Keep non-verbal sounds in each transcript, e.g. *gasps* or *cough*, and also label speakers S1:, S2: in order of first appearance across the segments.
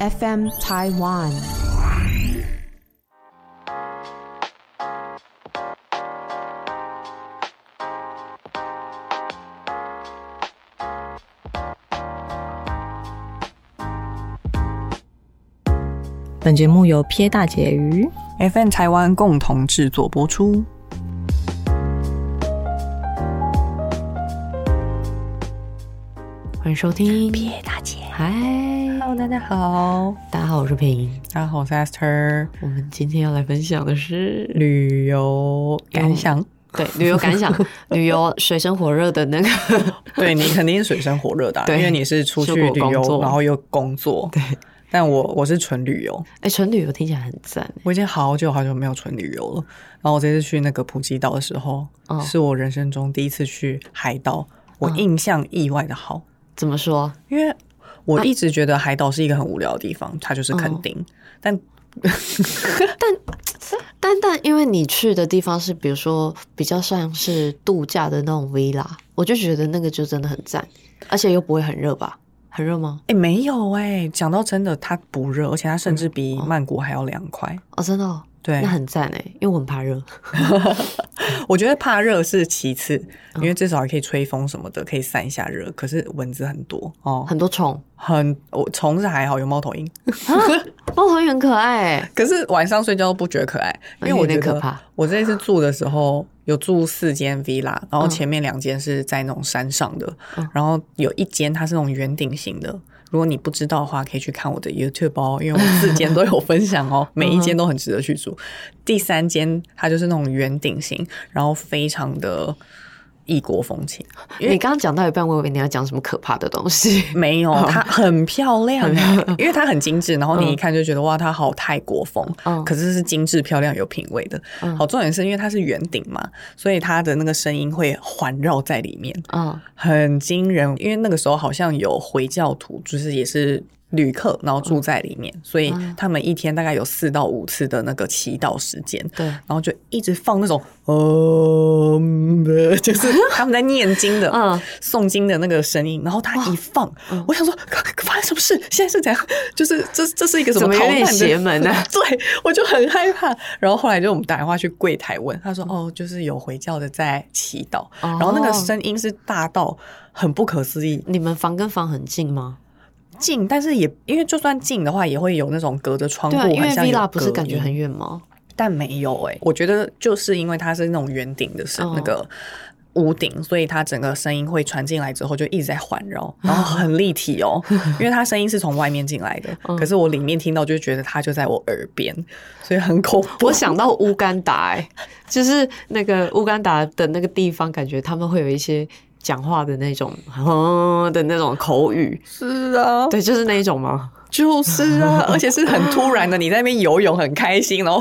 S1: FM Taiwan。
S2: 本节目由撇大姐鱼
S3: FN 台湾共同制作播出。
S4: 欢迎收听。
S2: 大姐，
S4: 嗨，
S3: Hello，大家好，
S4: 大家好，我是配音。
S3: 大家好，我是 Esther。
S4: 我们今天要来分享的是
S3: 旅游感想，
S4: 对旅游感想， *laughs* 旅游水深火热的那个 *laughs*
S3: 对你肯定是水深火热的啊、
S4: 对
S3: 因为你是出去
S4: 出国
S3: 旅
S4: 工
S3: 游，
S4: 作
S3: 然后又工作。
S4: 对，
S3: 但我我是纯旅游，
S4: 哎，纯旅游听起来很赞
S3: 我已经好久好久没有纯旅游了。然后我这次去那个普吉岛的时候，
S4: 哦
S3: 是我人生中第一次去海岛，我印象意外的好，
S4: 怎么说？
S3: 因为我一直觉得海岛是一个很无聊的地方，它就是垦
S4: 啊哦
S3: 丁，但
S4: 但但因为你去的地方是，比如说比较像是度假的那种 villa，我就觉得那个就真的很赞，而且又不会很热吧？很热吗？
S3: 哎、没有哎、讲到真的，它不热，而且它甚至比曼谷还要凉快。
S4: 哦，真的、哦，
S3: 对
S4: 那，很赞哎，因为我很怕热。
S3: 我觉得怕热是其次，因为至少还可以吹风什么的，可以散一下热。可是蚊子很多哦，
S4: 很多虫，
S3: 很我虫是还好，有猫头鹰，
S4: 猫头鹰很可爱哎，
S3: *laughs* 可是晚上睡觉都不觉得可爱，因为我
S4: 啊有
S3: 觉
S4: 点可
S3: 得
S4: 怕
S3: 我这一次住的时候有住四间 villa，然后
S4: 嗯
S3: 前面两间是在那种山上的，
S4: 嗯
S3: 然后有一间它是那种圆顶型的。如果你不知道的话，可以去看我的 YouTube 哦，因为我四间都有分享
S4: *laughs*
S3: 哦，每一间都很值得去住。第三间它就是那种圆顶型，然后非常的异国风情，因为
S4: 你刚刚讲到一半，我以为你要讲什么可怕的东西。
S3: 没有，它很漂亮欸， *laughs* 因为它很精致，然后你一看就觉得哇，它好泰国风，
S4: 嗯
S3: 可是是精致漂亮有品味的。
S4: 嗯
S3: 好，重点是因为它是圆顶嘛，所以它的那个声音会环绕在里面，
S4: *laughs* 嗯
S3: 很惊人。因为那个时候好像有回教徒，就是也是。旅客，然后住在里面，所以
S4: 嗯
S3: 他们一天大概有四到五次的那个祈祷时间，
S4: 对，
S3: 然后就一直放那种，呃， *laughs* 嗯就是他们在念经的，
S4: 嗯
S3: 诵经的那个声音，然后他一放，我想说可可发生什么事？现在是怎样？ *laughs* 就是这这是一个什
S4: 怎么有
S3: 逃难
S4: 点
S3: 的
S4: 邪门啊呢
S3: *laughs* 对，我就很害怕。然后后来就我们打电话去柜台问，他说哦，就是有回教的在祈祷，然后那个
S4: 哦
S3: 声音是大到很不可思议，
S4: 你们房跟房很近吗？
S3: 近，但是也因为就算近的话，也会有那种隔着窗户，
S4: 对啊，因为
S3: 很像有
S4: villa 不是
S3: 隔
S4: 感觉
S3: 音
S4: 很远吗？
S3: 但没有哎、我觉得就是因为它是那种圆顶的是
S4: 哦
S3: 那个屋顶，所以它整个声音会传进来之后就一直在环绕，然后很立体哦，因为它声音是从外面进来的，可是我里面听到就觉得它就在我耳边，所以很恐怖。
S4: 我想到乌干达、 *laughs* 欸，就是那个乌干达的那个地方，感觉他们会有一些讲话的那种哼的那种口语，
S3: 是啊，
S4: 对，就是那一种吗？
S3: 就是啊，而且是很突然的，你在那边游泳很开心，然后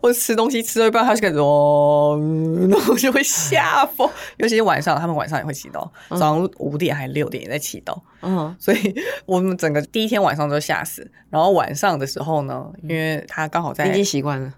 S3: 或者吃东西吃到一半，它就开始哦，嗯然后就会吓疯。尤其是晚上，他们晚上也会祈祷，早上五点还六点也在祈祷。
S4: 嗯，
S3: 所以 *laughs* 我们整个第一天晚上都吓死。然后晚上的时候呢，因为他刚好
S4: 你嗯已
S3: 在 *laughs*
S4: 经习惯了。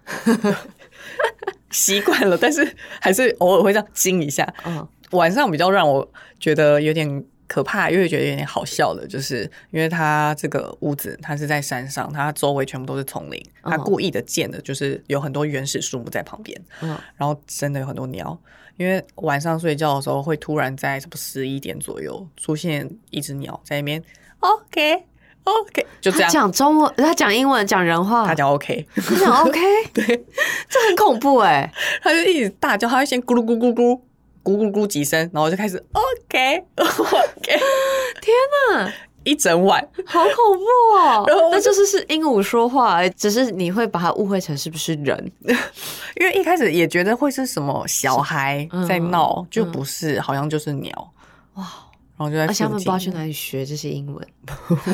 S3: 习惯了，但是还是偶尔会这样惊一下。
S4: 嗯，
S3: 晚上比较让我觉得有点可怕，又觉得有点好笑的，就是因为它这个屋子它是在山上，它周围全部都是丛林，
S4: 嗯
S3: 它故意的建的，就是有很多原始树木在旁边，
S4: 嗯
S3: 然后真的有很多鸟。因为晚上睡觉的时候，会突然在什么十一点左右出现一只鸟在那边，OK OK，就这
S4: 他
S3: 样，
S4: 讲中文，他讲英文，讲人话，
S3: 他
S4: *laughs*
S3: 讲 OK，
S4: 他讲 *laughs* OK，
S3: 对，
S4: 这很恐怖哎、
S3: 他就一直大叫，他会先咕噜咕咕咕咕咕咕几声，然后就开始 OK *laughs*
S4: *gasps*
S3: OK
S4: 嗯，
S3: 一整晚，
S4: 好恐怖哦
S3: 然后我！
S4: 那
S3: 就
S4: 就是是鹦鹉说话、欸，只是你会把它误会成是不是人？
S3: 因为一开始也觉得会是什么小孩
S4: 嗯
S3: 在闹，就
S4: 嗯
S3: 不是，好像就是鸟哇，然后就在
S4: 而且他们
S3: 附
S4: 啊不
S3: 近
S4: 知道去哪里学这些英文。
S3: *laughs*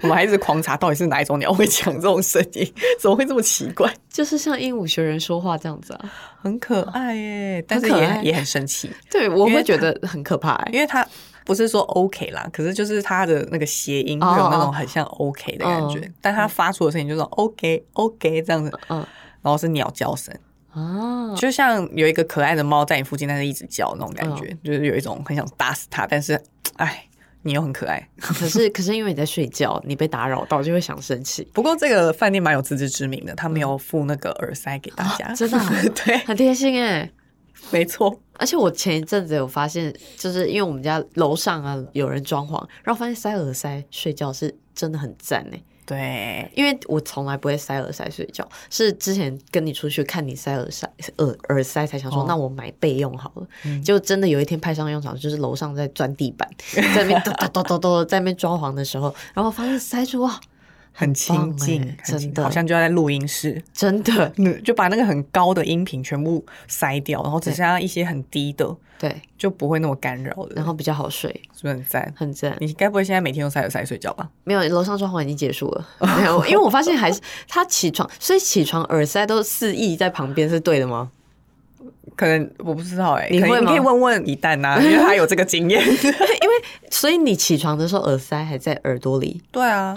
S3: 我们还一直狂查到底是哪一种鸟会讲这种声音，怎么会这么奇怪？
S4: 就是像鹦鹉学人说话这样子啊。
S3: 很可爱耶，但是
S4: 很可
S3: 也
S4: 爱
S3: 也很生气，
S4: 对，我
S3: 因为
S4: 会觉 *laughs* 得很可怕、欸。
S3: 因为他。不是说 OK 啦，可是就是他的那个谐音
S4: 哦
S3: 会有那种很像 OK 的感觉
S4: 哦
S3: 但他发出的声音就是 OK OK 这样子，
S4: 嗯
S3: 然后是鸟叫声，
S4: 啊，
S3: 就像有一个
S4: 嗯
S3: 可爱的猫在你附近，但是一直叫那种感觉，就是有一种很想打死它，但是唉，你又很可爱。
S4: 可是 *laughs* 可是因为你在睡觉，你被打扰到就会想生气，
S3: 不过这个饭店蛮有自知之明的，他没有付那个耳塞给大家，
S4: 嗯真的啊
S3: *laughs* 对，
S4: 很贴心哎、
S3: 没错，
S4: 而且我前一阵子有发现，就是因为我们家楼上啊有人装潢，然后发现塞耳塞睡觉是真的很赞哎、
S3: 对，
S4: 因为我从来不会塞耳塞睡觉，是之前跟你出去看你塞耳塞耳耳塞才想说，
S3: 哦
S4: 那我买备用好了。
S3: 嗯
S4: 结果真的有一天派上用场，就是楼上在钻地板，在那边咚咚咚咚咚在那边装潢的时候，然后发现塞住哇，
S3: 很
S4: 棒
S3: 亲近，
S4: 欸
S3: 很亲
S4: 真的
S3: 好像就在录音室，
S4: 真的
S3: 嗯就把那个很高的音频全部塞掉，然后只
S4: 对
S3: 剩下一些很低的，
S4: 对，
S3: 就不会那么干扰的。
S4: 然后比较好睡，
S3: 是不是很赞？
S4: 很赞。
S3: 你该不会现在每天都塞耳塞睡觉吧？
S4: 没有，楼上装潢已经结束了，没有，因为我发现还是他起床，所以起床耳塞都肆意在旁边是对的吗？
S3: 可能我不知道哎、欸，
S4: 你
S3: 可能
S4: 会
S3: 你
S4: 吗
S3: 可以问问一蛋
S4: *laughs*
S3: 啊，因为他有这个经验。
S4: 所以你起床的时候耳塞还在耳朵里，
S3: 对啊，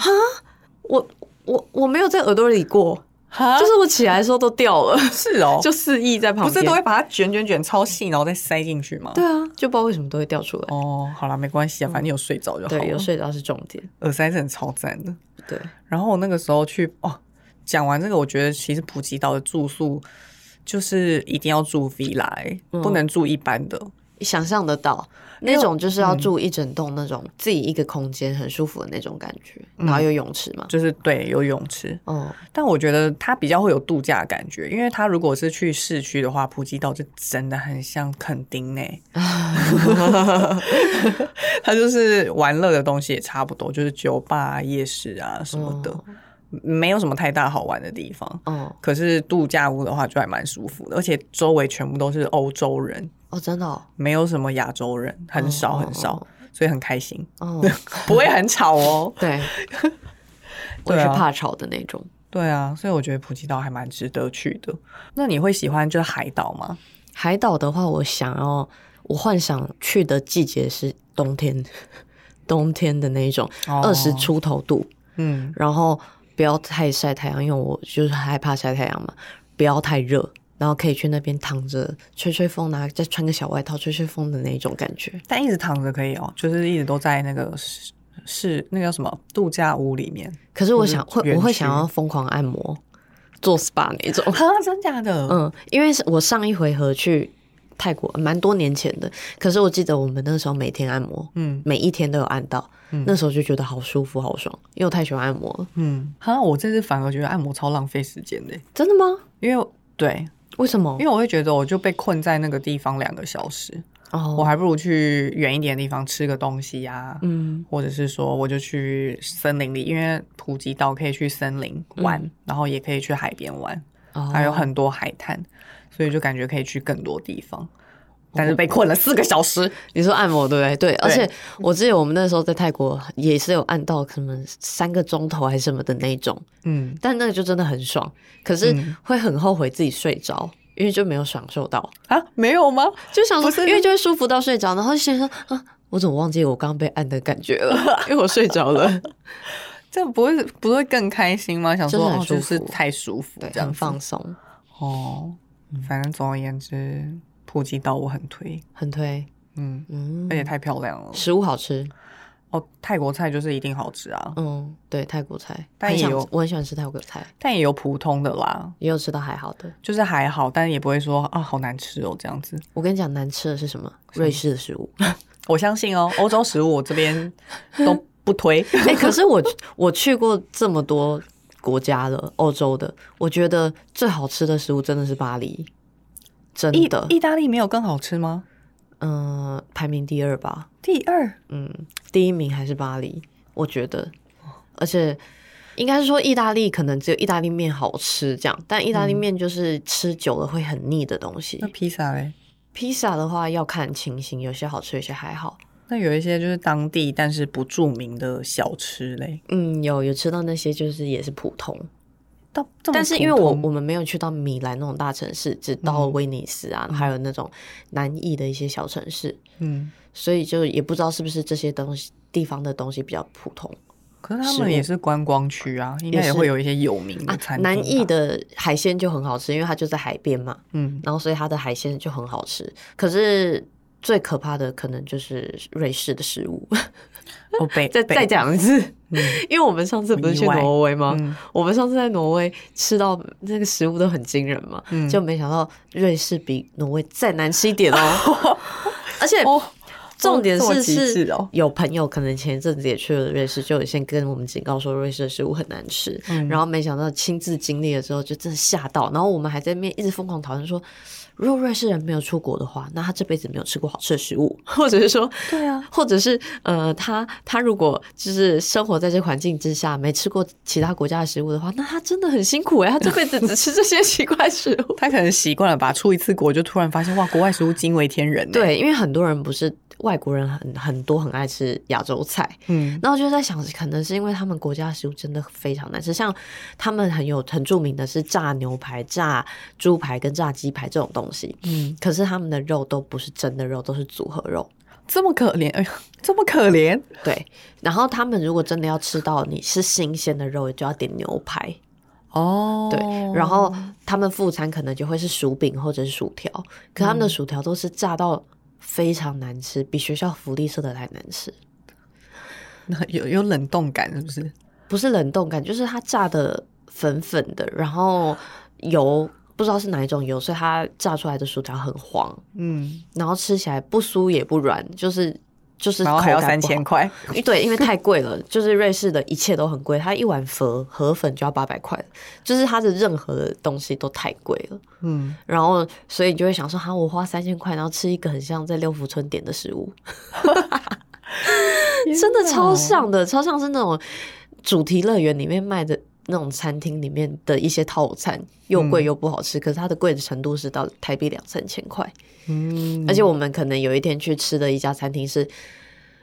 S4: 我我我没有在耳朵里过，
S3: 哈
S4: 就是我起来的时候都掉了，
S3: 是哦，
S4: 就肆意在旁
S3: 不
S4: 边，
S3: 是都会把它卷卷卷超细，然后再塞进去吗？
S4: 对啊，就不知道为什么都会掉出来。
S3: 哦，好啦，没关系啊，反正有睡着就好了。
S4: 对，有睡着是重点，
S3: 耳塞真的超赞的。
S4: 对，
S3: 然后我那个时候去哦，讲完这个，我觉得其实普吉岛的住宿就是一定要住 villa，、欸
S4: 嗯
S3: 不能住一般的。
S4: 想象得到那种就是要住一整栋那种、自己一个空间很舒服的那种感觉，然后有泳池嘛，
S3: 就是对有泳池，
S4: 哦，
S3: 但我觉得它比较会有度假的感觉，因为它如果是去市区的话，普吉岛就真的很像垦丁
S4: *laughs*
S3: 呢、它就是玩乐的东西也差不多，就是酒吧啊、夜市啊什么的，
S4: 哦
S3: 没有什么太大好玩的地方。
S4: 哦
S3: 可是度假屋的话就还蛮舒服的，而且周围全部都是欧洲人，
S4: 哦，真的哦，
S3: 没有什么亚洲人，很少
S4: 哦
S3: 很少，
S4: 哦
S3: 所以很开 *laughs* 心，
S4: *laughs* 哦，
S3: 不会很吵哦。
S4: 对，啊我
S3: 对
S4: 也是
S3: 啊
S4: 怕吵的那种。
S3: 对啊，所以我觉得普吉岛还蛮值得去的。那你会喜欢就是海岛吗？
S4: 海岛的话，我想要我幻想去的季节是冬天， *laughs* 冬天的那一种，
S3: 哦
S4: 二十出头度，
S3: 嗯，
S4: 然后不要太晒太阳，因为我就是害怕晒太阳嘛，不要太热。然后可以去那边躺着吹吹风啊，再穿个小外套吹吹风的那一种感觉。
S3: 但一直躺着可以哦，就是一直都在那个是是那个叫什么度假屋里面。
S4: 可是我想
S3: 或者
S4: 会，我
S3: 园
S4: 会
S3: 区
S4: 想要疯狂按摩，做 SPA 那种。 *laughs*
S3: 啊，真假的？
S4: 嗯，因为是我上一回合去泰国蛮多年前的，可是我记得我们那时候每天按摩，
S3: 嗯
S4: 每一天都有按到，
S3: 嗯
S4: 那时候就觉得好舒服、好爽，因为我太喜欢按摩了。
S3: 嗯，哈，我这次反而觉得按摩超浪费时间的，
S4: 真的吗？
S3: 因为对，
S4: 为什么
S3: 因？为我会觉得我就被困在那个地方两个小时，我
S4: 哦，
S3: 还不如去远一点的地方吃个东西呀、
S4: 嗯，
S3: 或者是说我就去森林里，因为普吉岛可以去森林玩，
S4: 嗯
S3: 然后也可以去海边玩，
S4: 哦
S3: 还有很多海滩，所以就感觉可以去更多地方。
S4: 哦
S3: 但是被困了四个小时，
S4: 你说按摩对不对？对，而且我记得我们那时候在泰国也是有按到可能三个钟头还是什么的那种，
S3: 嗯，
S4: 但那个就真的很爽，可是
S3: 嗯
S4: 会很后悔自己睡着，因为就没有享受到。
S3: 啊，没有吗？
S4: 就想
S3: 不是
S4: 说，因为就会舒服到睡着，然后就想说啊，我怎么忘记我刚刚被按的感觉了？ *laughs* 因为我睡着了，
S3: 这不会不会更开心吗？想说
S4: 真的
S3: 哦，
S4: 很舒服
S3: 就是太舒服，
S4: 对，
S3: 这样
S4: 很
S3: 子
S4: 放松，嗯
S3: 哦。反正总而言之，普吉岛我很推，
S4: 很推，
S3: 嗯，
S4: 嗯
S3: 而，且太漂亮了。
S4: 食物好吃，
S3: 哦，泰国菜就是一定好吃啊，
S4: 嗯，对，泰国菜，
S3: 但
S4: 很
S3: 也
S4: 想
S3: 有
S4: 我很喜欢吃泰国菜，
S3: 但也有普通的啦，
S4: 也有吃到还好的。
S3: 就是还好，但也不会说啊好难吃哦这样子。
S4: 我跟你讲，难吃的是什么？瑞士的食物。
S3: 我相信哦，欧洲食物我这边都不
S4: *laughs*
S3: 推。
S4: 哎、可是我我去过这么多国家了，欧洲的，我觉得最好吃的食物真的是巴黎，真
S3: 意
S4: 的，
S3: 意大利没有更好吃吗？
S4: 嗯、排名第二吧。
S3: 第二，
S4: 嗯，第一名还是巴黎，我觉得，而且应该是说意大利可能只有意大利面好吃这样，但意大利面就是吃久了会很腻的东西。
S3: 那披萨嘞？
S4: 披萨的话要看情形，有些好吃，有些还好。
S3: 那有一些就是当地但是不著名的小吃嘞，
S4: 嗯，有有吃到那些就是也是普通，
S3: 到这么
S4: 但是因为
S3: 普
S4: 我
S3: 通
S4: 我们没有去到米兰那种大城市，只到
S3: 嗯
S4: 威尼斯啊，还有那种南意的一些小城市，
S3: 嗯，
S4: 所以就也不知道是不是这些东西地方的东西比较普通。
S3: 可是他
S4: 食物
S3: 们也是观光区啊，应该
S4: 也
S3: 也
S4: 是
S3: 会有一些有名的
S4: 啊
S3: 餐，厅吧、
S4: 南艺的海鲜就很好吃，因为它就在海边嘛，
S3: 嗯
S4: 然后所以它的海鲜就很好吃。可是最可怕的可能就是瑞士的食物。
S3: 哦，北
S4: *laughs* 再
S3: 北嗯
S4: 再讲一次， *laughs* 因为我们上次不是去挪威吗？
S3: 很意外嗯
S4: 我们上次在挪威吃到那个食物都很惊人嘛，
S3: 嗯
S4: 就没想到瑞士比挪威再难吃一点
S3: *laughs*
S4: 哦。而且
S3: 哦，
S4: 重点
S3: 这么
S4: 是
S3: 极致
S4: 是
S3: 哦
S4: 有朋友可能前一阵子也去了瑞士，就有先跟我们警告说瑞士的食物很难吃，
S3: 嗯
S4: 然后没想到亲自经历了之后就真的吓到，然后我们还在那边一直疯狂讨论说，如果瑞士人没有出国的话，那他这辈子没有吃过好吃的食物， *laughs* 或者是说，对啊，或者是呃，他他如果就是生活在这环境之下，没吃过其他国家的食物的话，那他真的很辛苦哎、他这辈子只吃这些奇怪食
S3: *laughs*
S4: 物。
S3: 他可能习惯了吧，出一次国就突然发现哇，国外食物惊为天人。，欸
S4: 对，因为很多人不是外国人很很多很爱吃亚洲菜，
S3: 嗯，
S4: 然后就在想，可能是因为他们国家的食物真的非常难吃，像他们很有很著名的是炸牛排、炸猪排跟炸鸡排这种东西，嗯，可是他们的肉都不是真的肉，都是组合肉，
S3: 这么可怜，哎呦，这么可怜，
S4: 对。然后他们如果真的要吃到你是新鲜的肉，就要点牛排，
S3: 哦，
S4: 对。然后他们副餐可能就会是薯饼或者是薯条，可他们的薯条都是炸到非常难吃，比学校福利社的还难吃。
S3: 那 *laughs* 有有冷冻感是不是？
S4: 不是冷冻感，就是它炸的粉粉的，然后油不知道是哪一种油，所以它炸出来的薯条很黄，
S3: 嗯，
S4: 然后吃起来不酥也不软，就是就是
S3: 然后
S4: 口
S3: 还要
S4: 感
S3: 三
S4: 不好
S3: 千。块，
S4: 对，因为太贵了，就是瑞士的一切都很贵，它一碗河河粉就要八百块了，就是它的任何的东西都太贵了。
S3: 嗯，
S4: 然后，所以你就会想说，哈，我花三千块，然后吃一个很像在六福村点的食物，真的超像的，超像是那种主题乐园里面卖的那种餐厅里面的一些套餐，又贵又不好吃，可是它的贵的程度是到台币两三千块。
S3: 嗯，
S4: 而且我们可能有一天去吃的一家餐厅是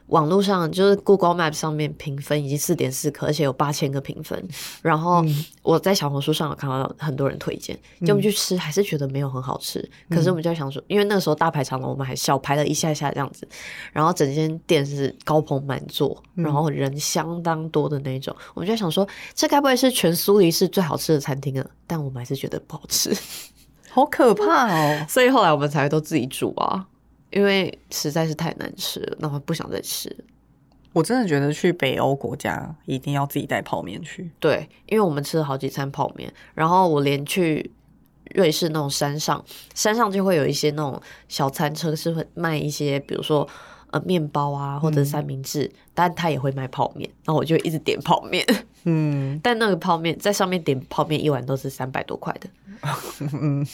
S4: 网络上就是 Google Map 上面评分已经四点四颗，而且有八千个评分。然后我在小红书上有看到很多人推荐，就我们去吃还是觉得没有很好吃。可是我们就在想说，因为那个时候大排长龙，我们还小排了一下下这样子，然后整间店是高朋满座，然后人相当多的那种。我们就在想说，这该不会是全苏黎世最好吃的餐厅了？但我们还是觉得不好吃。
S3: 好可怕哦，
S4: 所以后来我们才都自己煮啊，因为实在是太难吃了，那我不想再吃了。
S3: 我真的觉得去北欧国家一定要自己带泡面去，
S4: 对，因为我们吃了好几餐泡面，然后我连去瑞士那种山上，山上就会有一些那种小餐车是会卖一些，比如说呃面包啊或者三明治，但他也会卖泡面，然后我就一直点泡面， *laughs*
S3: 嗯
S4: 但那个泡面在上面点泡面一碗都是三百多块的，
S3: 嗯，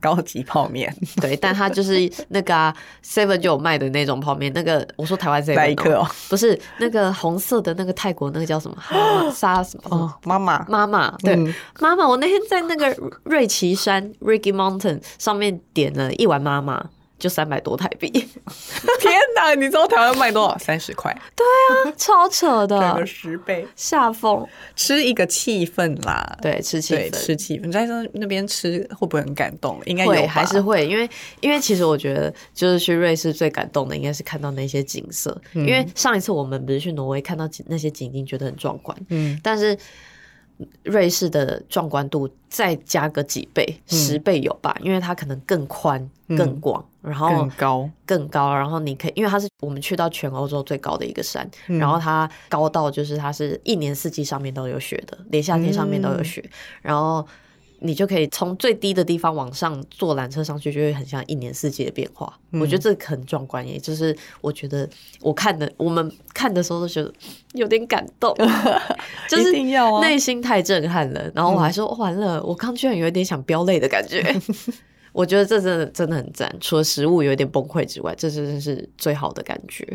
S3: 高级泡面 *laughs*
S4: 对，但它就是那个啊 Seven 就有卖的那种泡面，那个我说台湾 Seven
S3: 来一克哦，
S4: 不是那个红色的那个泰国那个叫
S3: *gasps*
S4: 什么哈马沙什么
S3: 哦，妈妈，
S4: 妈妈，对
S3: 嗯
S4: 妈妈，我那天在那个瑞奇山 （Ricky Mountain） 上面点了一碗妈妈，就三百多台币，
S3: *laughs*
S4: *laughs*
S3: 天哪，你知道台湾卖多 *laughs* 少？三十块，
S4: 超扯
S3: 两个
S4: 的，
S3: 十倍，
S4: 下风。
S3: 吃一个气氛啦，
S4: 对，吃气
S3: 对，
S4: 氛，
S3: 吃气氛，你在那那边吃会不会很感动？应该有
S4: 会
S3: 吧
S4: 还是会，因为因为其实我觉得，就是去瑞士最感动的应该是看到那些景色，因
S3: 嗯
S4: 为上一次我们不是去挪威看到景那些景景，觉得很壮观，
S3: 嗯
S4: 但是瑞士的壮观度再加个几倍，
S3: 嗯
S4: 十倍有吧，因为它可能更宽、更广，然后
S3: 更高，
S4: 更高，然后你可以，因为它是我们去到全欧洲最高的一个山，然后它高到就是它是一年四季上面都有雪的，连夏天上面都有雪，然后你就可以从最低的地方往上坐缆车上去，就会很像一年四季的变化。我觉得这个很壮观，也就是我觉得我看的我们看的时候都觉得有点感动， *laughs* 就是
S3: 一定要啊嗯
S4: 内心太震撼了。然后我还说、完了，我刚居然有一点想飙泪的感觉。 *laughs* 我觉得这真的真的很赞，除了食物有一点崩溃之外，这真的是最好的感觉，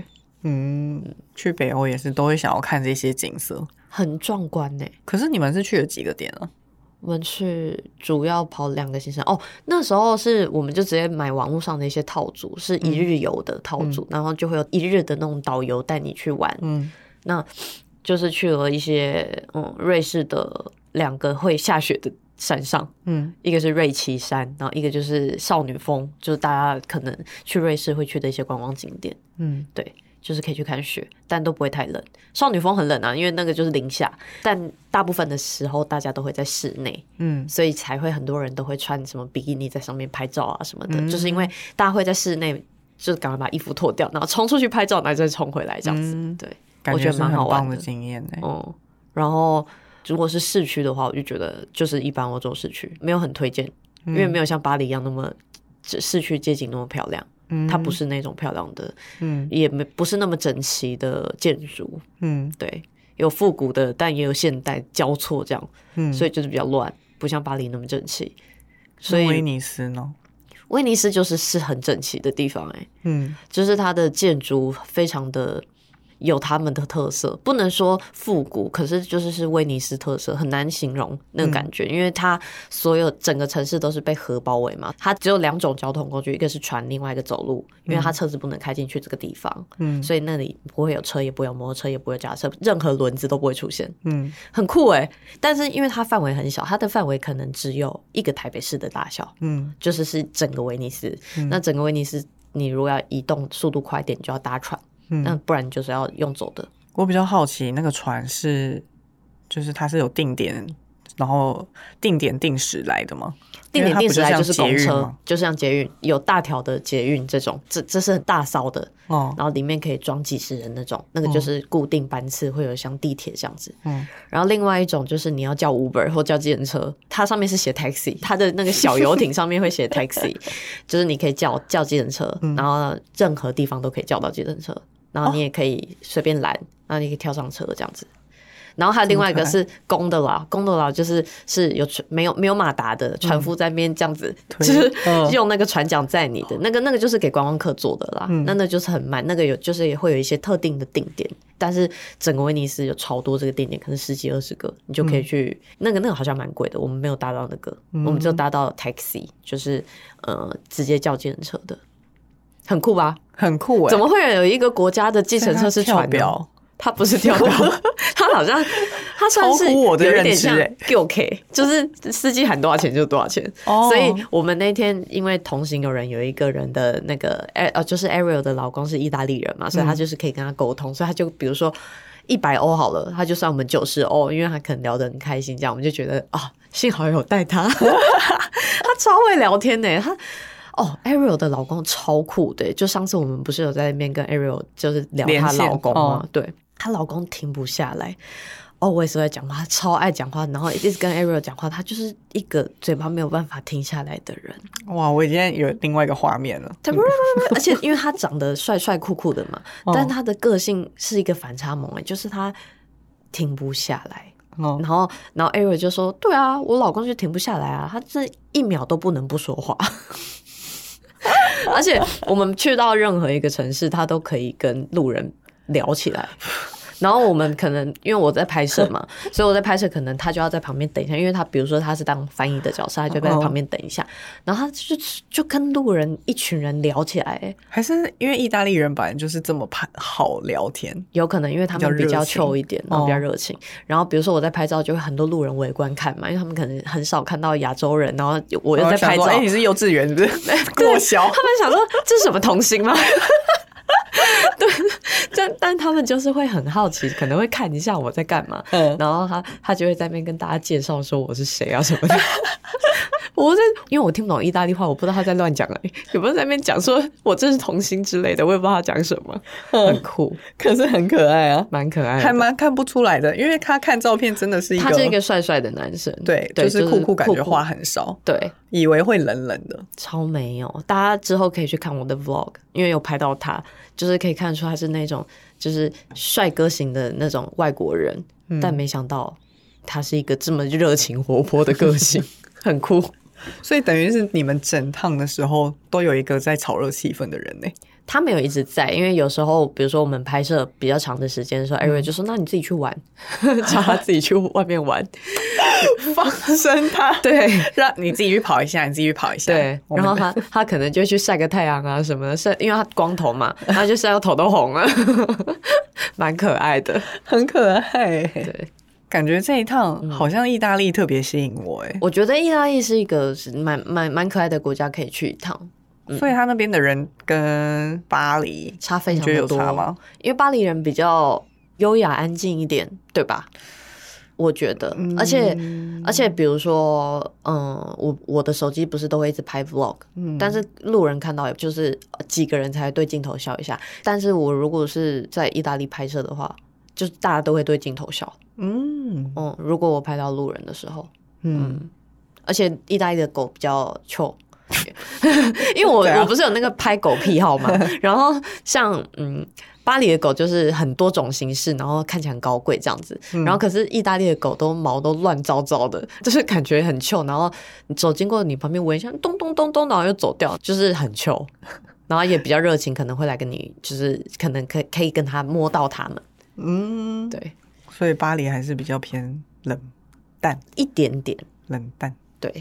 S3: 嗯，去北欧也是都会想要看这些景色。
S4: 很壮观呢、
S3: 可是你们是去了几个点啊？
S4: 我们去主要跑两个行程哦，那时候是我们就直接买网络上的一些套组，是一日游的套组，然后就会有一日的那种导游带你去玩，
S3: 嗯，
S4: 那就是去了一些嗯瑞士的两个会下雪的山上，
S3: 嗯，
S4: 一个是瑞奇山，然后一个就是少女峰，就是大家可能去瑞士会去的一些观光景点。
S3: 嗯，
S4: 对，就是可以去看雪，但都不会太冷。少女峰很冷啊，因为那个就是零下，但大部分的时候大家都会在室内，
S3: 嗯，
S4: 所以才会很多人都会穿什么比基尼在上面拍照啊什么的，就是因为大家会在室内就赶快把衣服脱掉，然后冲出去拍照，然后再冲回来这样子。
S3: 嗯
S4: 对，
S3: 感
S4: 我觉得
S3: 是
S4: 蛮
S3: 很
S4: 好玩
S3: 棒的哦
S4: 的
S3: 经验呢、欸
S4: 嗯，然后如果是市区的话，我就觉得就是一般欧洲市区没有很推荐，
S3: 嗯
S4: 因为没有像巴黎一样那么这市区街景那么漂亮，
S3: 嗯
S4: 它不是那种漂亮的，
S3: 嗯
S4: 也没不是那么整齐的建筑，
S3: 嗯
S4: 对，有复古的，但也有现代交错这样，
S3: 嗯，
S4: 所以就是比较乱，不像巴黎那么整齐。所
S3: 那威
S4: 以
S3: 尼斯呢？
S4: 威尼斯就是是很整齐的地方、欸，
S3: 嗯
S4: 就是它的建筑非常的有他们的特色，不能说复古，可是就是是威尼斯特色，很难形容那个感觉，因为它所有整个城市都是被河包围嘛，它只有两种交通工具，一个是船，另外一个走路，因为它车子不能开进去这个地方，
S3: 嗯
S4: 所以那里不会有车，也不会有摩托车，也不会有脚踏车，任何轮子都不会出现，
S3: 嗯
S4: 很酷诶、但是因为它范围很小，它的范围可能只有一个台北市的大小，
S3: 嗯
S4: 就是是整个威尼斯。那整个威尼斯，你如果要移动速度快一点，你就要搭船，那
S3: 嗯，
S4: 不然你就是要用走的。
S3: 我比较好奇那个船是，就是它是有定点，然后定点定时来的吗？
S4: 定点定时来就是公
S3: 因为它不就像捷运
S4: 车
S3: 吗，
S4: 就像捷运有大条的捷运这种，这这是很大艘的，
S3: 哦，
S4: 然后里面可以装几十人那种，那个就是固定班次，会有像地铁这样子。
S3: 嗯
S4: 然后另外一种就是你要叫 Uber 或叫计程车，它上面是写 taxi，它的那个小游艇上面会
S3: *laughs*
S4: 写 taxi，就是你可以叫叫计程车，
S3: 嗯
S4: 然后任何地方都可以叫到计程车，然后你也可以随便拦，然后你可以跳上车这样子。然后还有另外一个是公的啦，公的啦就是是有船没有没有马达的船夫在那边这样子，
S3: 推
S4: 就是
S3: 嗯
S4: 用那个船桨载你的、那个那个就是给观光客做的啦，
S3: 嗯
S4: 那那就是很慢，那个有就是也会有一些特定的定点，但是整个威尼斯有超多这个定点，可能十几二十个，你就
S3: 嗯
S4: 可以去、那个那个好像蛮贵的，我们没有搭到那个，我们就搭到 taxi，就是呃直接叫计程车的，很酷吧？
S3: 很酷哎、
S4: 怎么会有一个国家的计
S3: 所以
S4: 程车
S3: 它
S4: 是
S3: 跳
S4: 船呢？
S3: 表？
S4: 他不是跳
S3: *laughs*
S4: 表，他好像他算是
S3: 超乎我的
S4: 有一
S3: 认
S4: 点
S3: 知
S4: 像
S3: 欸
S4: g o K，就是司机喊多少钱就多少钱。
S3: 哦
S4: 所以我们那天因为同行有人有一个人的那个呃呃，就是 Ariel 的老公是意大利人嘛，
S3: 嗯
S4: 所以他就是可以跟他沟通，所以他就比如说一百欧好了，他就算我们九十欧，因为他可能聊得很开心，这样我们就觉得啊、幸好有带他， *laughs* 他超会聊天呢、他。哦，Ariel 的老公超酷的，欸就上次我们不是有在那边跟 Ariel 就是聊
S3: 连
S4: 她
S3: 线
S4: 老公吗？
S3: 哦
S4: 对，她老公停不下来。哦，我也是在讲话，他超爱讲话，然后一直跟 Ariel 讲话，他就是一个嘴巴没有办法停下来的人。
S3: 哇，我已经有另外一个画面了。
S4: 他 *laughs* 而且因为他长得帅帅酷酷的嘛，
S3: 哦
S4: 但他的个性是一个反差萌、欸，就是他停不下来。
S3: 哦
S4: 然后，然后 Ariel 就说：“对啊，我老公就停不下来啊，他这一秒都不能不说话。 *laughs* 而且我们去到任何一个城市，他都可以跟路人聊起来。然后我们可能因为我在拍摄嘛，所以我在拍摄，可能他就要在旁边等一下，因为他比如说他是当翻译的角色，他就在旁边等一下。然后他就就跟路人一群人聊起来、欸
S3: 还是因为意大利人本来就是这么怕好聊天，
S4: 有可能因为他们
S3: 比
S4: 比
S3: 较热
S4: 较
S3: 情
S4: chill 一点，然后比较
S3: 哦
S4: 热情。然后比如说我在拍照，就会很多路人围观看嘛，因为他们可能很少看到亚洲人，然后我
S3: 然
S4: 又
S3: 后
S4: 在
S3: 想
S4: 拍照，
S3: 说哎、你是幼稚园是 *laughs* 不是？过小
S4: *laughs* 他们想说这是什么童星吗？ *laughs* 对，但但他们就是会很好奇，可能会看一下我在干嘛，
S3: 嗯
S4: 然后他他就会在那边跟大家介绍说我是谁啊什么的。 *laughs* 我在，因为我听不懂意大利话，我不知道他在乱讲哎、有没有在那边讲说我这是童星之类的，我也不知道他讲什么，很酷，
S3: 嗯可是很可爱啊，
S4: 蛮可爱的，
S3: 还蛮看不出来的，因为他看照片真的是一
S4: 他
S3: 个
S4: 是一个帅帅的男生，
S3: 对，
S4: 对，
S3: 就是酷酷感觉
S4: 酷酷
S3: 话很少，
S4: 对，
S3: 以为会冷冷的，
S4: 超没有。大家之后可以去看我的 vlog，因为有拍到他，就是可以看出他是那种就是帅哥型的那种外国人，
S3: 嗯
S4: 但没想到他是一个这么热情活泼的
S3: *laughs*
S4: 个性，很酷。
S3: 所以等于是你们整趟的时候都有一个在炒热气氛的人呢、
S4: *laughs* 他没有一直在，因为有时候，比如说我们拍摄比较长的时间的时候，
S3: 嗯
S4: 艾瑞就说：“那你自己去玩，叫他自己去外面玩。
S3: 放生 *laughs* 他，
S4: 对
S3: 让你自己去跑一下，你自己去跑一下。
S4: 对，
S3: 我
S4: 然
S3: 们
S4: 后他他可能就去晒个太阳啊什么的，晒，因为他光头嘛，他就晒到头都红了， *laughs* 蛮可爱的。
S3: 很可爱、
S4: 对，嗯
S3: 感觉这一趟好像意大利特别吸引我哎、
S4: 我觉得意大利是一个是蛮蛮蛮可爱的国家，可以去一趟，
S3: 所以他那边的人跟巴黎
S4: 差非
S3: 你
S4: 常
S3: 觉得
S4: 的
S3: 有
S4: 多。
S3: 差吗？
S4: 因为巴黎人比较优雅安静一点，对吧？我觉得，而且
S3: 嗯
S4: 呃而且比如说，嗯，我我的手机不是都会一直拍 vlog，、但
S3: 嗯
S4: 是路人看到也就是几个人才对镜头笑一下，但是我如果是在意大利拍摄的话，就是大家都会对镜头笑，
S3: 嗯
S4: 嗯，如果我拍到路人的时候，
S3: 嗯，
S4: 而且意大利的狗比较
S3: *laughs*
S4: 臭。因为我、
S3: 对啊
S4: 我不是有那个拍狗癖
S3: *laughs*
S4: 好嘛，然后像嗯巴黎的狗就是很多种形式，然后看起来很高贵这样子，
S3: 嗯
S4: 然后可是意大利的狗都毛都乱糟糟的， *laughs* 就是感觉很臭，然后你走经过你旁边闻一下，咚咚咚咚，然后又走掉，就是很臭，然后也比较热情，可能会来跟你就是可能可以可以跟他摸到他们，
S3: 嗯，
S4: 对，
S3: 所以巴黎还是比较偏冷淡，
S4: 一点点，
S3: 冷淡。
S4: 对。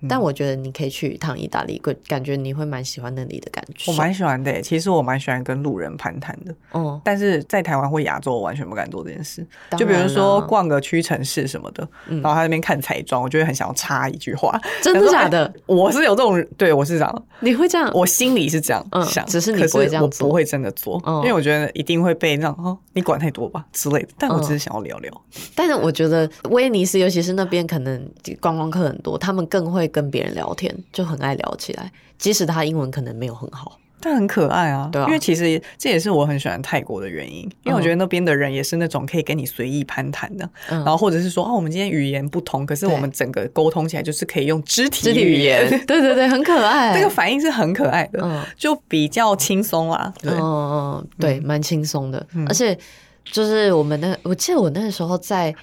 S3: 嗯
S4: 但我觉得你可以去一趟意大利，感感觉你会蛮喜欢那里的感觉。
S3: 我蛮喜欢的耶，其实我蛮喜欢跟路人攀谈的，
S4: 嗯，
S3: 但是在台湾或亚洲，我完全不敢做这件事。
S4: 当
S3: 就比如
S4: 然
S3: 说
S4: 啦嗯
S3: 逛个屈臣氏什么的，然后他在那边看彩妆，我就会很想要插一句话，
S4: 真的
S3: 想说
S4: 假的？
S3: 哎我是有这种人，对我是这样，
S4: 你会这样，
S3: 我心里是这样
S4: 嗯
S3: 想，
S4: 只是你
S3: 可
S4: 不会这样
S3: 我
S4: 做
S3: 不会真的做，
S4: 嗯
S3: 因为我觉得一定会被那种哦，你管太多吧之类的。但我
S4: 嗯
S3: 只是想要聊聊，
S4: 但是我觉得威尼斯，尤其是那边可能观光客很多，他们更会跟别人聊天，就很爱聊起来。即使他英文可能没有很好，
S3: 但很可爱啊，
S4: 对啊嗯
S3: 因为其实这也是我很喜欢泰国的原因，因为我觉得那边的人也是那种可以跟你随意攀谈的，
S4: 嗯
S3: 然后或者是说哦，我们今天语言不同，可是
S4: 对
S3: 我们整个沟通起来就是可以用肢体
S4: 肢体语言， *laughs* 对对对，很可爱。
S3: *laughs* 这个反应是很可爱的，
S4: 嗯
S3: 就比较轻松啦。 *laughs* 对，嗯
S4: 嗯嗯，对，蛮轻松的，而且就是我们那，我记得我那时候在，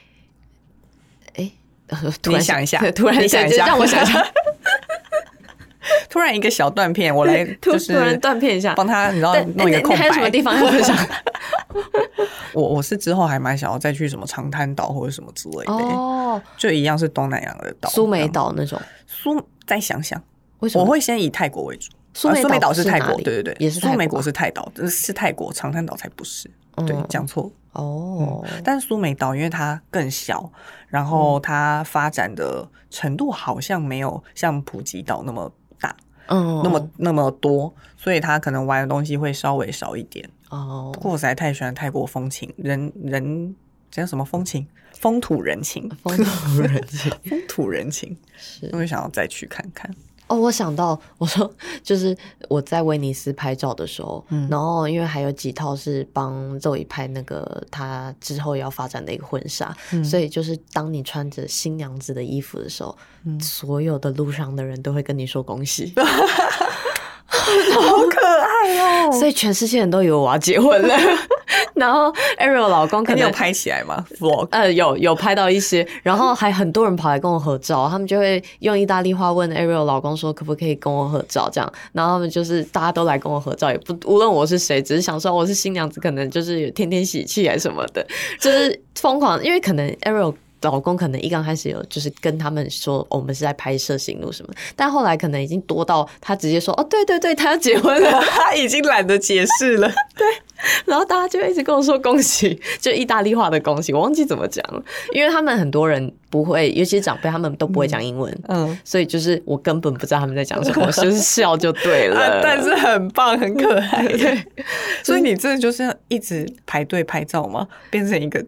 S4: 哎，突
S3: 你
S4: 然，
S3: 想一下
S4: *laughs* 突然
S3: 你想一下，
S4: 让我想一下，，
S3: *laughs* 突然一个小断片，我来
S4: 突
S3: 就是
S4: 突然断片一下，
S3: 帮他，你知道
S4: 但
S3: 哦弄一
S4: 你
S3: 个
S4: 你
S3: 空
S4: 还有什么
S3: 白 *laughs*
S4: 地。方要 *laughs* 分享？
S3: 我我是之后还蛮想要再去什么长滩岛或者什么之类的，
S4: 哦，
S3: 就一样是东南亚的岛，
S4: 苏梅
S3: 这样，
S4: 岛那种，
S3: 苏再想想，
S4: 为什么
S3: 我？会先以泰国为主。
S4: 苏
S3: 啊
S4: 梅
S3: 梅岛
S4: 是
S3: 泰
S4: 哪
S3: 国，
S4: 里
S3: 对对对，
S4: 也是泰
S3: 苏梅
S4: 国
S3: 国
S4: 吧
S3: 是泰岛，呃是泰国，长滩岛才不是。对
S4: 嗯，
S3: 讲错。
S4: 哦，
S3: 但是苏梅岛因为它更小，然后它发展的程度好像没有像普吉岛那么大、
S4: 嗯
S3: 那么那么多，所以它可能玩的东西会稍微少一点。
S4: 哦
S3: 不，过我实在太喜欢泰国风情，人人这叫什么风情？风土人情，
S4: *laughs* *laughs* 风
S3: *laughs*
S4: 土人情
S3: 风土人情，
S4: 是
S3: 我就想要再去看看。
S4: 哦。我想到，我说就是我在威尼斯拍照的时候，
S3: 嗯
S4: 然后因为还有几套是帮周怡拍那个她之后要发展的一个婚纱，
S3: 嗯
S4: 所以就是当你穿着新娘子的衣服的时候，
S3: 嗯
S4: 所有的路上的人都会跟你说恭
S3: *laughs*
S4: 喜，
S3: 好可爱哦！
S4: 所以全世界人都以为我要结婚
S3: *laughs*
S4: 了。然后 Ariel 老公
S3: 那
S4: 肯
S3: 你
S4: 定
S3: 有拍起来吗？vlog？
S4: 呃，有有拍到一些，然后还很多人跑来跟我合照，他们就会用意大利话问 Ariel 老公说可不可以跟我合照这样，然后他们就是大家都来跟我合照，也不无论我是谁，只是想说我是新娘子，可能就是有天天喜气啊什么的，就是疯狂，因为可能 Ariel。老公可能一刚开始有就是跟他们说、哦我们是在拍摄行路什么，但后来可能已经多到他直接说哦对对对，他要结婚
S3: *laughs*
S4: 了，
S3: 他已经懒得解释
S4: *laughs*
S3: 了。
S4: 然后大家就会一直跟我说恭喜，就意大利话的恭喜，我忘记怎么讲了，因为他们很多人不会，尤其是长辈，他们都不会讲英文，
S3: 嗯，
S4: 所以就是我根本不知道他们在讲什么，我就是笑就对了。
S3: *laughs* 啊但是很棒，很
S4: 嗯
S3: 可爱。所以你这就是一直排队拍照吗？变成一个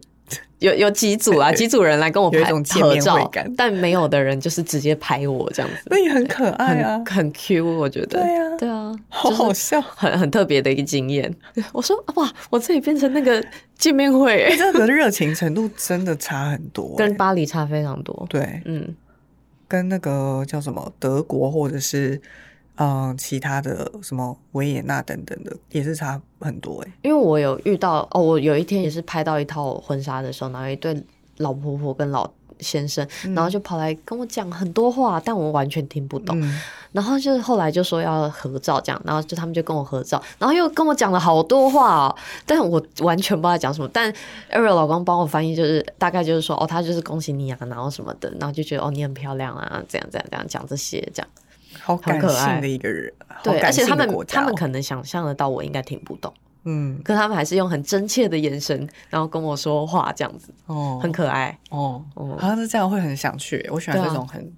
S4: 有有几组啊，几组人来跟我
S3: 有一
S4: 拍
S3: 种见
S4: 合
S3: 面
S4: 照
S3: 会感，
S4: 但没有的人就是直接拍我这样子，
S3: 那也很可爱啊
S4: 很，很 Q，我觉得。
S3: 对啊
S4: 对啊，
S3: *laughs* 好
S4: 就是
S3: 好笑。
S4: 很很特别的一个经验。 *laughs* 我说哇，我自己变成那个见面会、欸，
S3: 这个热情程度真的差很多、欸
S4: *laughs* 跟巴黎差非常多。
S3: 对，
S4: 嗯，
S3: 跟那个叫什么德国或者是嗯、呃其他的什么维也纳等等的，也是差很多哎、
S4: 因为我有遇到哦，我有一天也是拍到一套婚纱的时候，然后一对老婆婆跟老先生，然后就跑来跟我讲很多话，但我完全听不懂。
S3: 嗯，
S4: 然后就是后来就说要合照这样，然后就他们就跟我合照，然后又跟我讲了好多话、哦，但我完全不知道讲什么。但 Ariel 老公帮我翻译，就是大概就是说哦，他就是恭喜你啊，然后什么的，然后就觉得哦你很漂亮啊，这样这样这样讲这些这样。
S3: 好
S4: 很
S3: 感
S4: 可爱
S3: 性的一个人，好
S4: 对，而
S3: 感
S4: 且
S3: 性
S4: 他
S3: 的
S4: 们
S3: 国家
S4: 他们
S3: 哦
S4: 可能想象得到我应该听不懂。
S3: 嗯
S4: 可他们还是用很真切的眼神，然后跟我说话，这样子
S3: 哦
S4: 很可爱，
S3: 哦，
S4: 哦
S3: 好像是这样会很想去欸、我喜欢
S4: 对啊
S3: 这种很、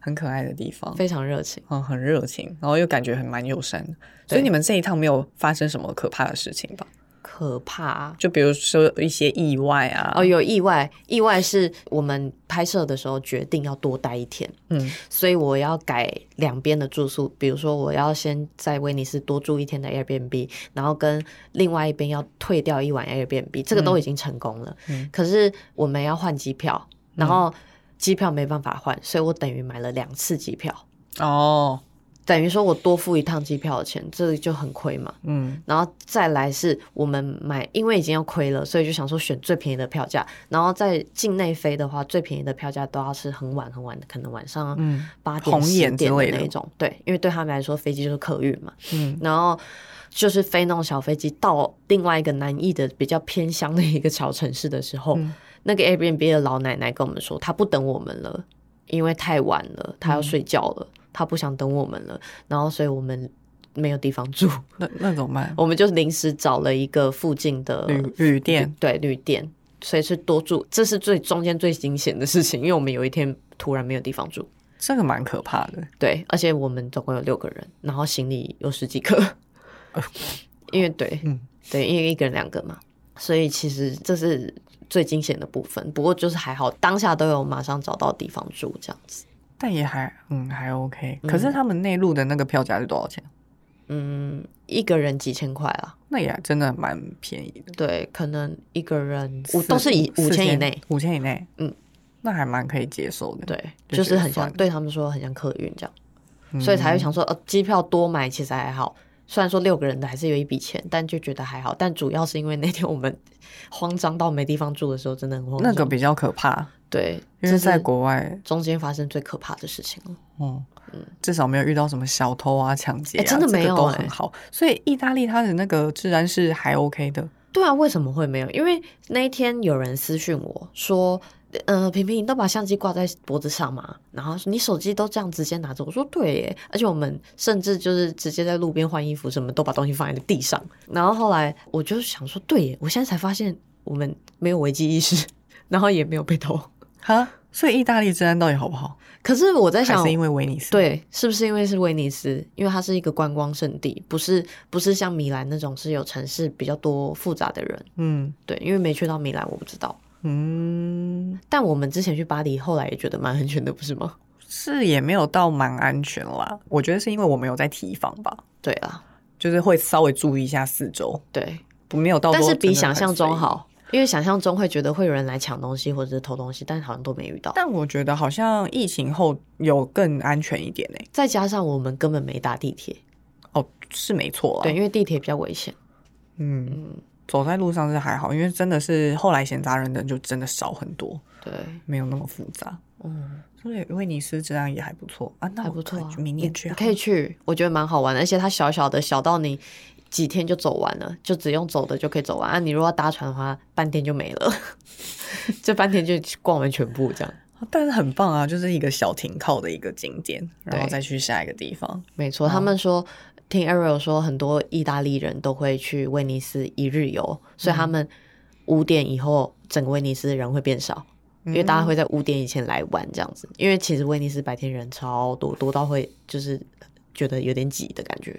S3: 很可爱的地方，
S4: 非常热情。
S3: 嗯，很热情，然后又感觉很蛮友善的，
S4: 对
S3: 所以你们这一趟没有发生什么可怕的事情吧？
S4: 可怕。
S3: 就比如说一些意外啊，
S4: 哦，有意外，意外是我们拍摄的时候决定要多待一天，
S3: 嗯，
S4: 所以我要改两边的住宿，比如说我要先在威尼斯多住一天的 Airbnb，然后跟另外一边要退掉一晚 Airbnb，这个都已经成功了。
S3: 嗯
S4: 可是我们要换机票，然后机票没办法换，所以我等于买了两次机票，
S3: 哦，
S4: 等于说我多付一趟机票的钱，这就很亏嘛。
S3: 嗯
S4: 然后再来是我们买，因为已经要亏了，所以就想说选最便宜的票价。然后在境内飞的话，最便宜的票价都要是很晚很晚的，可能晚上
S3: 嗯
S4: 八
S3: 红
S4: 点、十
S3: 眼之
S4: 点
S3: 类的
S4: 那一种。对，因为对他们来说飞机就是客运嘛。
S3: 嗯，
S4: 然后就是飞那种小飞机到另外一个南翼的比较偏乡的一个小城市的时候，
S3: 嗯
S4: 那个 Airbnb 的老奶奶跟我们说，她不等我们了，因为太晚了，她要睡觉了，她不想等我们了。然后所以我们没有地方住。 *laughs*
S3: 那那怎么办？
S4: 我们就临时找了一个附近的
S3: 旅旅店，
S4: 对旅店，所以是多住，这是最中间最惊险的事情，因为我们有一天突然没有地方住，
S3: 这个蛮可怕的，
S4: 对，而且我们总共有六个人，然后行李有十几个，
S3: *laughs*
S4: 因为对，
S3: 嗯
S4: 对，因为一个人两个嘛，所以其实这是最惊险的部分，不过就是还好，当下都有马上找到地方住这样子。
S3: 但也还嗯还 OK。可是他们内陆的那个票价是多少钱？
S4: 嗯，一个人几千块啦，
S3: 那也真的蛮便宜的，
S4: 对，可能一个人
S3: 四
S4: 我都是以五
S3: 四
S4: 千以内，，
S3: 五千以内，
S4: 嗯，
S3: 那还蛮可以接受的。，
S4: 对，
S3: 就觉
S4: 就是
S3: 得
S4: 很像
S3: 算
S4: 对他们说很像客运这样，
S3: 嗯
S4: 所以才会想说，呃，机票多买其实还好。虽然说六个人的还是有一笔钱，但就觉得还好。但主要是因为那天我们慌张到没地方住的时候，真的很慌
S3: 那
S4: 张。
S3: 个比较可怕，
S4: 对，
S3: 因
S4: 这
S3: 为
S4: 是
S3: 在国外，
S4: 中间发生最可怕的事情了。
S3: 嗯，至少没有遇到什么小偷啊、抢劫啊，
S4: 哎真的
S3: 这个
S4: 没有
S3: 都
S4: 哎
S3: 很好。所以意大利它的那个治安是还 OK 的，
S4: 对啊，为什么会没有？因为那一天有人私讯我说，呃，平平，你都把相机挂在脖子上嘛，然后你手机都这样直接拿着。我说对耶，而且我们甚至就是直接在路边换衣服，什么都把东西放在地上。然后后来我就想说，对耶，我现在才发现我们没有危机意识， *laughs* 然后也没有被偷。
S3: 哈。所以意大利治安到底好不好？
S4: 可是我在
S3: 还
S4: 想
S3: 是，因为威尼斯？，
S4: 对，是不是因为是威尼斯？因为它是一个观光胜地，不是不是像米兰那种是有城市比较多复杂的人。
S3: 嗯
S4: 对，因为没去到米兰，我不知道。
S3: 嗯，
S4: 但我们之前去巴黎，后来也觉得蛮安全的，不是吗？
S3: 是也没有到蛮安全啦。我觉得是因为我们有在提防吧，
S4: 对啊，
S3: 就是会稍微注意一下四周，
S4: 对，
S3: 不没有到说
S4: 但是
S3: 真
S4: 比
S3: 的
S4: 想
S3: 很
S4: 象中
S3: 随意。
S4: 好，因为想象中会觉得会有人来抢东西或者是偷东西，但好像都没遇到。
S3: 但我觉得好像疫情后有更安全一点呢、欸
S4: 再加上我们根本没搭地铁，
S3: 哦，是没错啦。
S4: 对，因为地铁比较危险。
S3: 嗯，走在路上是还好，因为真的是后来闲杂人等就真的少很多，
S4: 对，
S3: 没有那么复杂。
S4: 嗯，
S3: 所以威尼斯治安也还不错啊，那
S4: 还
S3: 我
S4: 不错、啊
S3: 可以。明年去
S4: 你
S3: 好
S4: 可以去，我觉得蛮好玩的，而且它小小的，小到你几天就走完了，就只用走的就可以走完。啊，你如果要搭船的话，半天就没了， *laughs* 这半天就逛完全部这样。
S3: 了，但是很棒啊，就是一个小停靠的一个景点，然后
S4: 对
S3: 再去下一个地方。
S4: 没错，他们说听 Ariel 说，很多意大利人都会去威尼斯一日游，所以他们五点以后，整个威尼斯人会变少，因为
S3: 嗯
S4: 大家会在五点以前来玩这样子。因为其实威尼斯白天人超多，多到会就是觉得有点挤的感觉，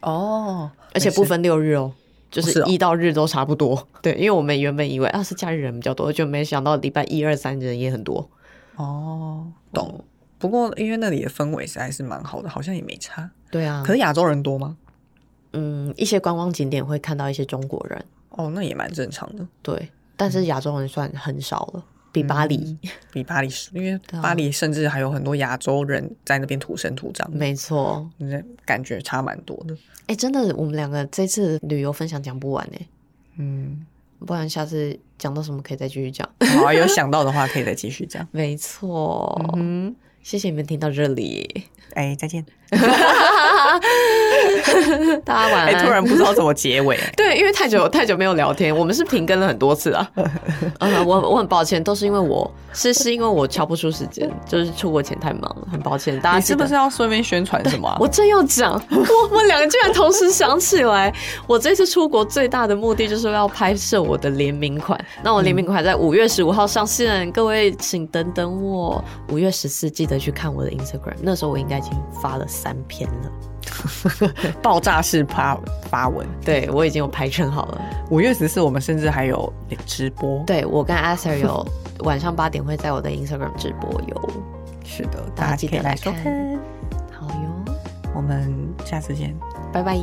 S3: 哦，
S4: 而且不分六日哦。就是是
S3: 哦
S4: 一到日都差不多，对，因为我们原本以为啊是假日人比较多，就没想到礼拜一二三人也很多。
S3: 哦，懂。不过因为那里的氛围实在是蛮好的，好像也没差。
S4: 对啊，
S3: 可是亚洲人多吗？
S4: 嗯，一些观光景点会看到一些中国人，
S3: 哦，那也蛮正常的，
S4: 对，但是亚洲人算很少了，比巴黎，
S3: 比巴黎是，因为
S4: 啊
S3: 巴黎甚至还有很多亚洲人在那边土生土长的，
S4: 没错。
S3: 嗯感觉差蛮多的。
S4: 哎、真的，我们两个这次旅游分享讲不完哎、 *laughs*
S3: 嗯，
S4: 不然下次讲到什么可以再继续 *laughs* 讲。
S3: 好啊，有想到的话可以再继续讲。
S4: 没错，
S3: 嗯，
S4: 谢谢你们听到这 *laughs* 里，
S3: 哎，再
S4: 嗯
S3: 见。
S4: 大家晚
S3: 哎，
S4: 安。
S3: 突然不知道怎么结
S4: *laughs*
S3: 尾。
S4: 对，因为太久太久没有聊天，我们是停更了很多次 *laughs* 啊。嗯，我我很抱歉，都是因为我是是因为我敲不出时间，就是出国前太忙了，很抱歉。大家
S3: 你
S4: 记
S3: 是
S4: 得
S3: 不是要顺便宣传什么啊？
S4: 我正要 *laughs* 讲，我我两个居然同时想起来，我这次出国最大的目的就是要拍摄我的联名款。那我联名款在五月十五号上线，各位请等等我。五月十四记得去看我的 Instagram，那时候我应该已经发了三篇了。
S3: 爆炸式发发文。
S4: 对我已经有排成好了。
S3: 五月十四，我们甚至还有直播。
S4: 对我跟阿 Sir 有晚上八点会在我的 Instagram 直播有，
S3: 是的，
S4: 大
S3: 大
S4: 家
S3: 家
S4: 记
S3: 记
S4: 得
S3: 得
S4: 来
S3: 来收
S4: 看
S3: 看。
S4: 好哟，
S3: 我们下次见。
S4: 拜拜。